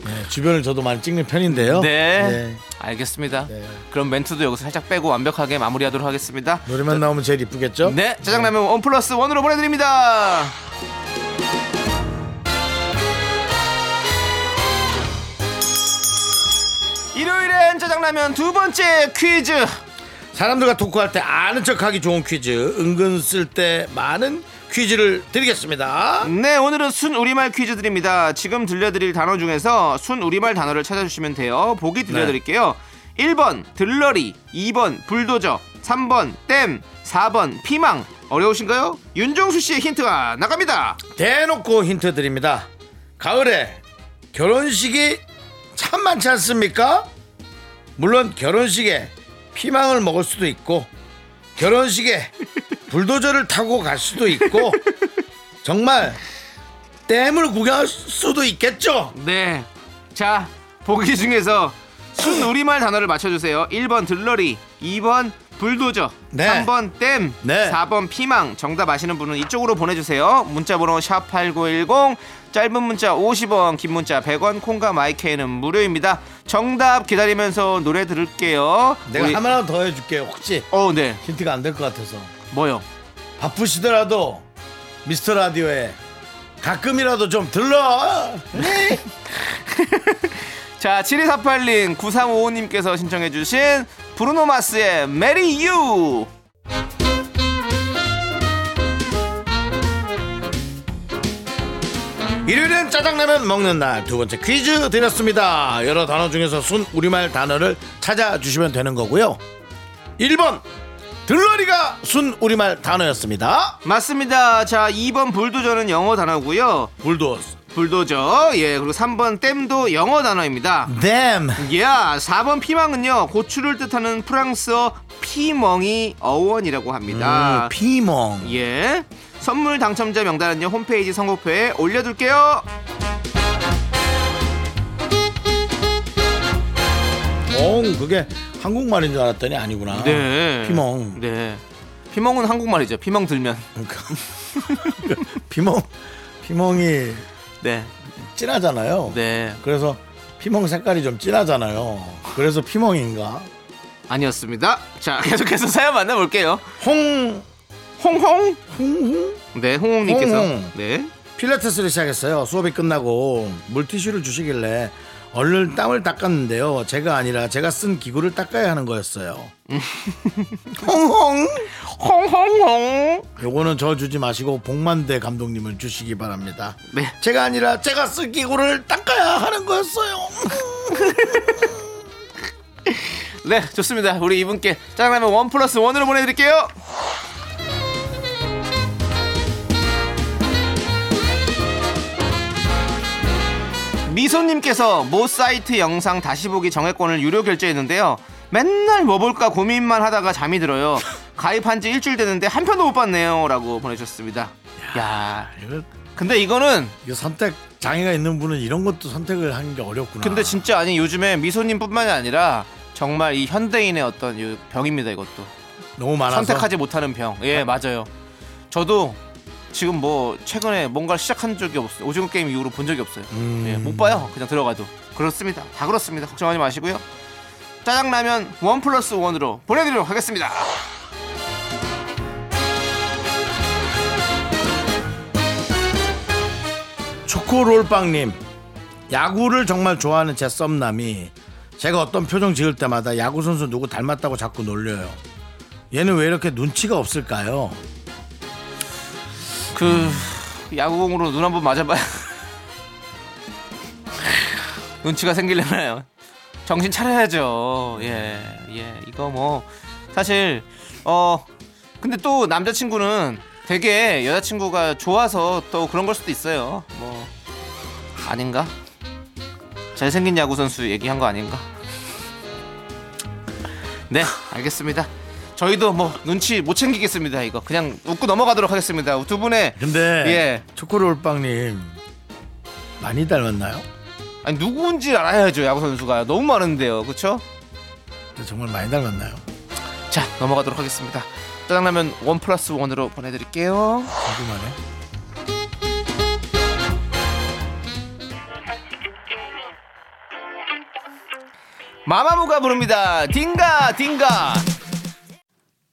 A: 예, 주변을 저도 많이 찍는 편인데요.
B: 네.
A: 네.
B: 알겠습니다.
A: 네.
B: 그럼 멘트도 여기서 살짝 빼고 완벽하게 마무리하도록 하겠습니다.
A: 노래만 나오면 제일 이쁘겠죠?
B: 네, 짜장라면 원 플러스 원으로 보내드립니다. 일요일엔 짜장라면 두 번째 네, 퀴즈.
A: 사람들과 토크할 때 아는 척하기 좋은 퀴즈 은근 쓸 때 많은 퀴즈를 드리겠습니다
B: 네, 오늘은 순 우리말 퀴즈 드립니다. 지금 들려드릴 단어 중에서 순 우리말 단어를 찾아주시면 돼요. 보기 들려드릴게요. 1번 들러리, 2번 불도저, 3번 댐, 4번 피망. 어려우신가요? 윤정수 씨의 힌트가 나갑니다.
A: 대놓고 힌트 드립니다 가을에 결혼식이 참 많지 않습니까? 물론 결혼식에 피망을 먹을 수도 있고 결혼식에 불도저를 타고 갈 수도 있고 정말 댐을 구경할 수도 있겠죠
B: 네. 자, 보기 중에서 순 우리말 단어를 맞춰주세요. 1번 들러리, 2번 불도저
A: 네.
B: 3번 댐
A: 네.
B: 4번 피망 정답 아시는 분은 이쪽으로 보내주세요 문자번호 샵8910 짧은 문자 50원 긴 문자 100원 콩과 마이케이는 무료입니다 정답 기다리면서 노래 들을게요
A: 내가
B: 우리-
A: 하나 더 해줄게요. 혹시
B: 어, 네.
A: 힌트가 안 될 것 같아서.
B: 뭐요?
A: 바쁘시더라도 미스터 라디오에 가끔이라도 좀 들러.
B: 네. 자, 7248님, 9355님께서 신청해주신 브루노마스의 메리 유!
A: 일요일엔 짜장라면 먹는 날 두 번째 퀴즈 드렸습니다. 여러 단어 중에서 순 우리말 단어를 찾아주시면 되는 거고요. 1번 들러리가 순 우리말 단어였습니다.
B: 맞습니다. 자, 2번 불도저는 영어 단어고요
A: 불도스.
B: 불도저, 예, 그리고 3번 댐도 영어 단어입니다.
A: 댐.
B: 예, 4번 피망은요, 고추를 뜻하는 프랑스어 피멍이 어원이라고 합니다.
A: 음, 피멍.
B: 예. 선물 당첨자 명단은요, 홈페이지 선곡표에 올려둘게요.
A: 어, 그게 한국말인 줄 알았더니 아니구나.
B: 네.
A: 피멍.
B: 네. 피멍은 한국말이죠. 피멍 들면.
A: 그러니까 피멍. 피멍이
B: 네.
A: 진하잖아요.
B: 네.
A: 그래서 피멍 색깔이 좀 진하잖아요. 그래서 피멍인가?
B: 아니었습니다. 자, 계속해서 사연 만나볼게요.
A: 홍
B: 홍홍?
A: 홍홍
B: 네, 홍홍님께서.
A: 홍홍.
B: 네.
A: 필라테스를 시작했어요. 수업이 끝나고 물티슈를 주시길래 얼른 땀을 닦았는데요. 제가 아니라 제가 쓴 기구를 닦아야 하는 거였어요. 홍홍.
B: 홍홍홍.
A: 요거는 저 주지 마시고 복만대 감독님을 주시기 바랍니다.
B: 네.
A: 제가 아니라 제가 쓴 기구를 닦아야 하는 거였어요.
B: 네, 좋습니다. 우리 이분께 짜장라면 원 플러스 원으로 보내드릴게요. 미소님께서 모 사이트 영상 다시 보기 정액권을 유료 결제했는데요. 맨날 뭐 볼까 고민만 하다가 잠이 들어요. 가입한 지 일주일 됐는데 한 편도 못 봤네요. 라고 보내주셨습니다. 야
A: 이거,
B: 근데 이거는
A: 이거 선택 장애가 있는 분은 이런 것도 선택을 하는 게 어렵구나.
B: 근데 진짜 아니 요즘에 미소님뿐만이 아니라 정말 이 현대인의 어떤 이 병입니다 이것도
A: 너무 많아서
B: 선택하지 못하는 병예 맞아요 저도 지금 뭐 최근에 뭔가를 시작한 적이 없어요 오징어 게임 이후로 본 적이 없어요 예, 못 봐요 그냥 들어가도 그렇습니다 다 그렇습니다 걱정하지 마시고요 짜장라면 원 플러스 원으로 보내드리도록 하겠습니다
A: 초코롤빵님 야구를 정말 좋아하는 제 썸남이 제가 어떤 표정 지을 때마다 야구 선수 누구 닮았다고 자꾸 놀려요. 얘는 왜 이렇게 눈치가 없을까요?
B: 그 야구공으로 눈 한번 맞아봐요 눈치가 생기려나요 정신 차려야죠 예예 이거 뭐 사실 어 근데 또 남자친구는 되게 여자친구가 좋아서 또 그런 걸 수도 있어요 뭐 아닌가 잘생긴 야구 선수 얘기한 거 아닌가 네 알겠습니다 저희도 뭐 눈치 못 챙기겠습니다 이거 그냥 웃고 넘어가도록 하겠습니다 두 분의
A: 근데
B: 예.
A: 초코롤빵님 많이 닮았나요?
B: 아니 누구인지 알아야죠 야구 선수가 너무 많은데요 그렇죠?
A: 정말 많이 닮았나요?
B: 자 넘어가도록 하겠습니다 짜장라면 원 플러스 원으로 보내드릴게요
A: 궁금하네.
B: 마마무가 부릅니다 딩가 딩가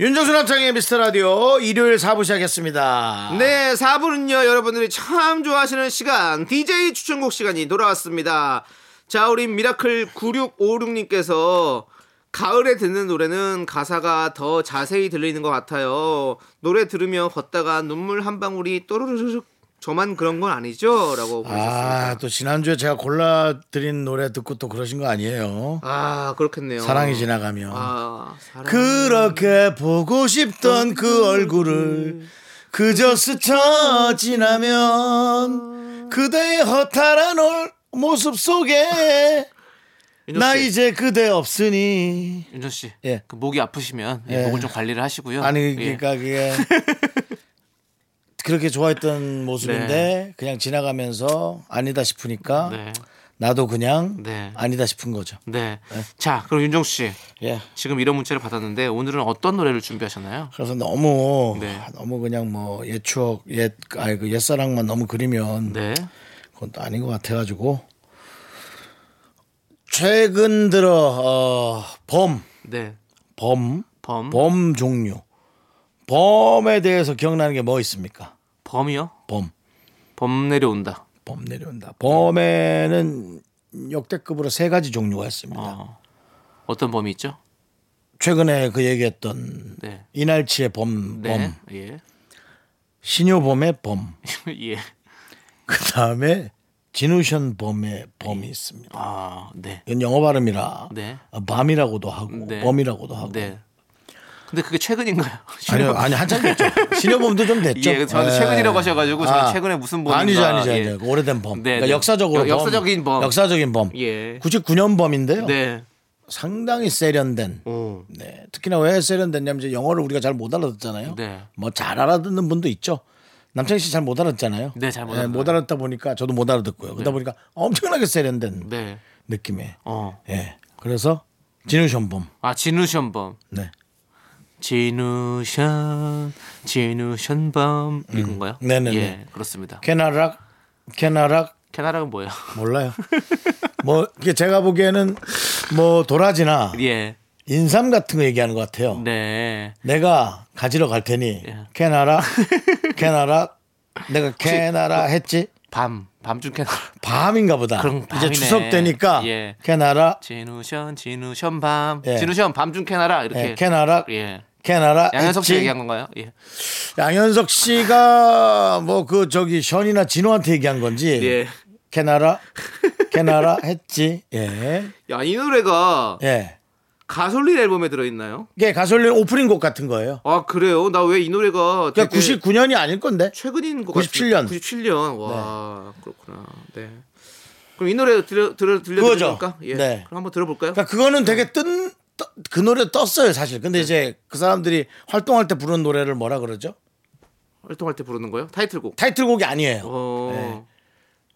A: 윤정수 남창의 미스터 라디오 일요일 4부 시작했습니다.
B: 네 4부는요 여러분들이 참 좋아하시는 시간 DJ 추천곡 시간이 돌아왔습니다 자 우리 미라클 9656님께서 가을에 듣는 노래는 가사가 더 자세히 들리는 것 같아요 노래 들으며 걷다가 눈물 한 방울이 또르르륵 저만 그런 건 아니죠? 라고 보내셨습니다
A: 아, 또 지난주에 제가 골라드린 노래 듣고 또 그러신 거 아니에요?
B: 아 그렇겠네요.
A: 사랑이 지나가면.
B: 아 사랑.
A: 그렇게 보고 싶던 그 얼굴을 그저 스쳐 지나면
B: 아.
A: 그대의 허탈한 올 모습 속에
B: 윤정
A: 나
B: 씨,
A: 이제 그대 없으니
B: 윤정 씨,
A: 예.
B: 그 목이 아프시면
A: 예.
B: 예. 목을 좀 관리를 하시고요.
A: 아니
B: 예.
A: 그러니까 그게 그렇게 좋아했던 모습인데 그냥 지나가면서 아니다 싶으니까
B: 네,
A: 나도 그냥
B: 네.
A: 아니다 싶은 거죠.
B: 네. 자, 그럼 윤정 씨
A: 예.
B: 지금 이런 문자를 받았는데 오늘은 어떤 노래를 준비하셨나요?
A: 그래서 너무
B: 네.
A: 아, 너무 그냥 뭐 옛 추억 옛 아니 그 옛사랑만 너무 그리면
B: 네,
A: 그건 또 아닌 것 같아가지고 최근 들어 어, 범
B: 네,
A: 범,
B: 범, 범,
A: 범 종류 범에 대해서 기억나는 게 뭐 있습니까?
B: 범이요?
A: 범
B: 범 내려온다.
A: 범 내려온다. 범에는 역대급으로 세 가지 종류가 있습니다.
B: 어. 어떤 범이 있죠?
A: 최근에 그 얘기했던
B: 네,
A: 이날치의 범,
B: 네,
A: 범,
B: 예,
A: 신효범의 범,
B: 예,
A: 그 다음에 진우션 범의 범이 있습니다.
B: 아, 네,
A: 이건 영어 발음이라
B: 예. 네.
A: 아, 밤이라고도 하고
B: 네.
A: 범이라고도 하고.
B: 네. 근데 그게 최근인가요?
A: 아니요, 아니 한참 됐죠. 신효범도 좀 됐죠. 아.
B: 예, 저한테 최근이라고 하셔가지고 저는 최근에 무슨 범인가.
A: 아니죠, 아니죠,
B: 예.
A: 아니죠. 오래된 범.
B: 네,
A: 그러니까
B: 네.
A: 역사적으로
B: 역- 역사적인 범.
A: 역사적인 범.
B: 예.
A: 99년 범인데요.
B: 네. 음.
A: 상당히 세련된.
B: 오.
A: 네, 특히나 왜 세련됐냐면 이제 영어를 우리가 잘 못 알아듣잖아요.
B: 네.
A: 뭐 잘 알아듣는 분도 있죠. 남창희 씨 잘 못 알아듣잖아요.
B: 네, 잘못
A: 예,
B: 알아듣어요.
A: 못 알아듣다 보니까 저도 못 알아듣고요. 그러다 보니까 엄청나게 세련된
B: 네.
A: 느낌의.
B: 어.
A: 예. 그래서 진우션범.
B: 아, 진우션 범.
A: 네.
B: 진우션, 진우션 범. 이건가요?
A: 음. 네네네.
B: 예, 그렇습니다.
A: 캐나락 캐나락
B: 캐나락은 뭐예요?
A: 몰라요. 뭐 이게 제가 보기에는 뭐 도라지나
B: 예.
A: 인삼 같은 거 얘기하는 것 같아요.
B: 네.
A: 내가 가지러 갈 테니
B: 예.
A: 캐나라 캐나라 내가 캐나라 했지
B: 밤. 밤중 캐나락.
A: 밤인가 보다.
B: 그럼
A: 이제
B: 밤이네.
A: 추석 되니까
B: 예.
A: 캐나라
B: 진우션, 진우션 밤.
A: 예.
B: 진우션 밤중 캐나락. 이렇게.
A: 예, 아, 캐나라
B: 예.
A: 캐나라
B: 양현석 씨
A: 했지?
B: 얘기한 건가요? 예.
A: 양현석 씨가 뭐 그 저기 션이나 진호한테 얘기한 건지
B: 예.
A: 캐나라 캐나라 했지 예
B: 야, 이 노래가
A: 예.
B: 가솔린 앨범에 들어있나요?
A: 이게 가솔린 오프닝 곡 같은 거예요.
B: 아, 그래요? 나 왜 이 노래가.
A: 그러니까
B: 되게-
A: 99년이 아닐 건데
B: 최근인 것
A: 97 년.
B: 같아요. 97년. 와, 그렇구나. 네. 그럼 이 노래 들려 들려
A: 그거죠.
B: 들려드릴까? 예.
A: 네.
B: 그럼 한번 들어볼까요?
A: 그러니까 그거는 되게 뜬, 떠- 그 노래 떴어요, 사실. 근데 이제 그 사람들이 활동할 때 부르는 노래를 뭐라 그러죠?
B: 활동할 때 부르는 거요? 타이틀곡.
A: 타이틀곡이 아니에요.
B: 어.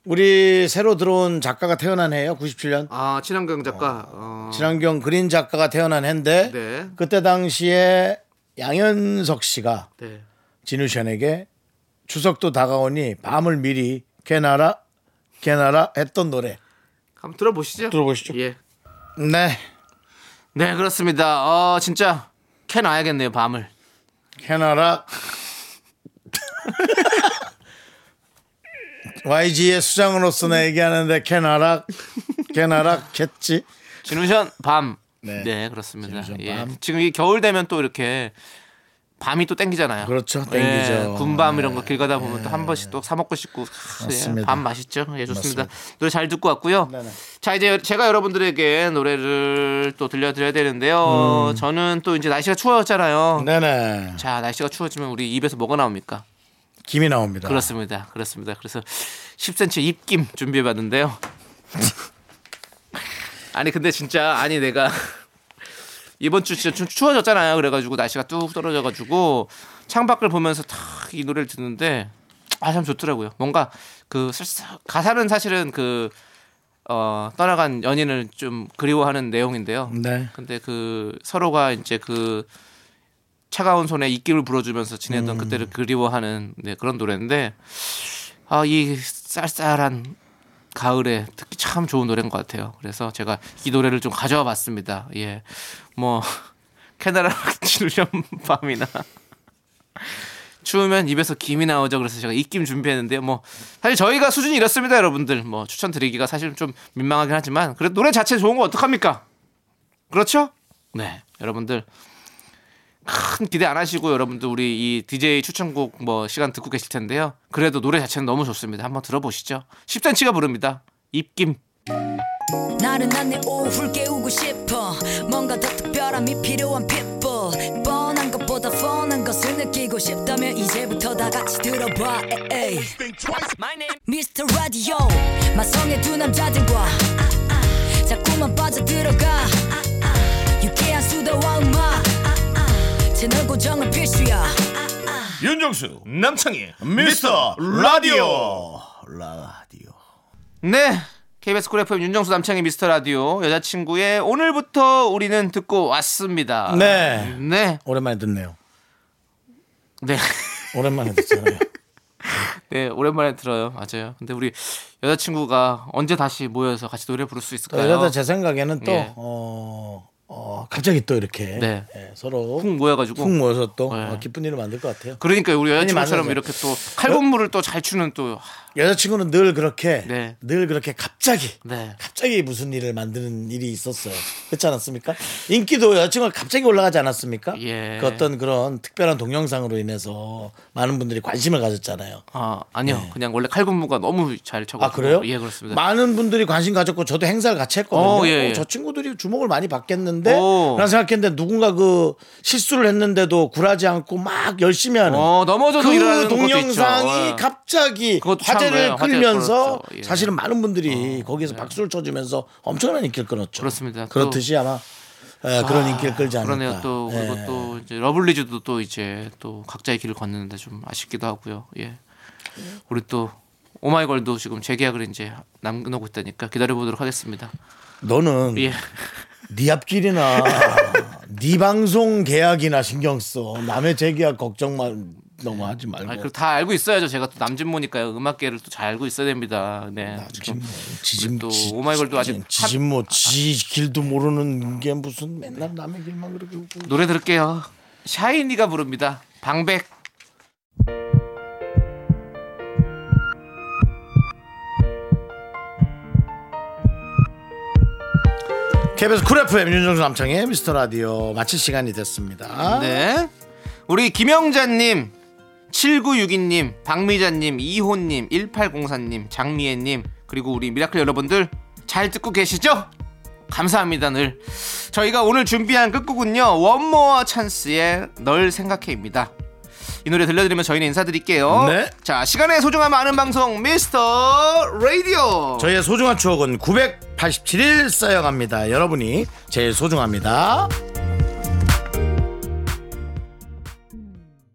A: 우리 새로 들어온 작가가 태어난 해예요, 97년.
B: 아, 친환경 작가. 어.
A: 친환경 그린 작가가 태어난 해인데
B: 네.
A: 그때 당시에 양현석 씨가
B: 네.
A: 진우션에게 추석도 다가오니 밤을 미리 개나라 개나라 했던 노래.
B: 한번 들어보시죠.
A: 들어보시죠.
B: 예.
A: 네.
B: 네, 그렇습니다. 어, 진짜 캐 놔야겠네요, 밤을.
A: 캐나라 YG의 수장으로서 나 얘기하는데 캐나라 캐나라 겠지
B: 진우션 밤.
A: 네.
B: 네, 그렇습니다.
A: 진우션
B: 예.
A: 밤.
B: 지금 이 겨울 되면 또 이렇게 밤이 또 땡기잖아요.
A: 그렇죠, 땡기죠. 네.
B: 예, 군밤 이런 거 길 가다 보면 또 한 번씩 또 사 먹고 싶고 아, 예,
A: 맞습니다. 네,
B: 밤 맛있죠. 예, 좋습니다. 노래 잘 듣고 왔고요. 자, 이제 제가 여러분들에게 노래를 또 들려 드려야 되는데요. 저는 또 이제 날씨가 추워졌잖아요.
A: 음. 네네
B: 자, 날씨가 추워지면 우리 입에서 뭐가 나옵니까?
A: 김이 나옵니다
B: 그렇습니다. 그렇습니다. 그래서 10cm 입김 준비해 봤는데요. 아니 근데 진짜 아니 내가 이번 주 진짜 좀 추워졌잖아요. 그래가지고 날씨가 뚝 떨어져가지고 창밖을 보면서 탁 이 노래를 듣는데 아 참 좋더라고요. 뭔가 그 슬슬- 가사는 사실은 그 어, 떠나간 연인을 좀 그리워하는 내용인데요.
A: 네.
B: 근데 그 서로가 이제 그 차가운 손에 입김을 불어주면서 지내던 그때를 그리워하는 네, 그런 노래인데 아 이 쌀쌀한 가을에 듣기 참 좋은 노래인 것 같아요. 그래서 제가 이 노래를 좀 가져와 봤습니다. 예, 뭐 캐나라 지루션 밤이나 추우면 입에서 김이 나오죠. 그래서 제가 입김 준비했는데요. 뭐 사실 저희가 수준이 이렇습니다, 여러분들. 뭐 추천드리기가 사실 좀 민망하긴 하지만 그래도 노래 자체 좋은 거 어떡합니까? 그렇죠? 네, 여러분들 큰 기대 안 하시고 여러분들 우리 이 DJ 추천곡 뭐 시간 듣고 계실 텐데요. 그래도 노래 자체는 너무 좋습니다. 한번 들어보시죠. 10cm가 부릅니다. 입김.
H: 나른한 내 오후를 깨우고 싶어 뭔가 더 특별함이 필요한 people 뻔한 것보다 뻔한 것을 느끼고 싶다면 이제부터 다 같이 들어봐 에이. 미스터 라디오 마성의 두 남자들과 아, 아. 자꾸만 빠져들어가 아, 아. 유쾌한 수다와 음악 아, 아. 채널 고정은 필수야
G: 윤정수 남창희 미스터 라디오 라디오
B: 네. KBS 쿨 FM 윤정수 남창의 미스터 라디오 여자친구의 오늘부터 우리는 듣고 왔습니다.
A: 네.
B: 네.
A: 오랜만에 듣네요.
B: 네.
A: 오랜만에 듣잖아요.
B: 네, 오랜만에 들어요. 맞아요. 근데 우리 여자친구가 언제 다시 모여서 같이 노래 부를 수 있을까요?
A: 이러다 제 생각에는 또
B: 예.
A: 어, 어, 갑자기 또 이렇게
B: 네.
A: 예, 서로
B: 훅 모여가지고.
A: 훅 모여서 또
B: 예.
A: 어, 기쁜 일을 만들 것 같아요.
B: 그러니까 우리 여자친구처럼
A: 많아서.
B: 이렇게 또 칼군무를 또 잘 추는 또
A: 여자친구는 늘 그렇게
B: 네.
A: 늘 그렇게 갑자기
B: 네.
A: 갑자기 무슨 일을 만드는 일이 있었어요. 그렇지 않았습니까? 인기도 여자친구가 갑자기 올라가지 않았습니까?
B: 예.
A: 그 어떤 그런 특별한 동영상으로 인해서 많은 분들이 관심을 가졌잖아요.
B: 아, 아니요. 그냥 원래 칼군무가 너무 잘 쳐가지고.
A: 네. 아 그래요?
B: 예, 그렇습니다.
A: 많은 분들이 관심 가졌고 저도 행사를 같이 했거든요.
B: 어, 예, 어. 예.
A: 어, 저 친구들이 주목을 많이 받겠는데
B: 오.
A: 라는 생각했는데 누군가 그 실수를 했는데도 굴하지 않고 막 열심히 하는
B: 어, 넘어져도 일하는
A: 그
B: 것도
A: 동영상이
B: 있죠. 어.
A: 갑자기
B: 그것도 참
A: 화제를
B: 그래요. 화제를
A: 끌면서
B: 끌었죠. 예. 어. 네.
A: 사실은 많은 분들이 거기에서 박수를 쳐주면서 엄청난 인기를 끌었죠.
B: 그렇습니다. 또- 아,
A: 그렇듯이 아마 에, 그런 인기를 끌지 않을까.
B: 그러네요. 또 그리고
A: 예.
B: 또 이제 러블리즈도 또 이제 또 각자의 길을 걷는데 좀 아쉽기도 하고요. 예. 우리 또 오마이걸도 지금 재계약을 이제 남겨놓고 있다니까 기다려보도록 하겠습니다.
A: 너는
B: 예.
A: 네 앞길이나 네 방송 계약이나 신경 써 남의 재계약 걱정만 너무 하지 말고
B: 아, 그걸 다 알고 있어야죠. 제가 또 남진모니까요. 음악계를 또 잘 알고 있어야 됩니다. 네. 지금
A: 지짐
B: 또
A: 지-
B: 오마이걸도 아직
A: 지짐 뭐지 길도 모르는 게 무슨 맨날 남의 길만 그렇게 웃고
B: 노래 들을게요. 샤이니가 부릅니다. 방백.
A: KBS 쿨 FM 윤정수 남창의 미스터 라디오 마칠 시간이 됐습니다.
B: 네. 우리 김영자님, 7962님, 박미자님, 이호님, 1804님, 장미애님, 그리고 우리 미라클 여러분들 잘 듣고 계시죠? 감사합니다, 늘. 저희가 오늘 준비한 끝곡은요, 원모어 찬스의 널 생각해입니다. 이 노래 들려드리면 저희는 인사드릴게요.
A: 네.
B: 자, 시간의 소중함 아는 방송, 미스터 라디오.
A: 저희의 소중한 추억은 987일 쌓여갑니다. 여러분이 제일 소중합니다.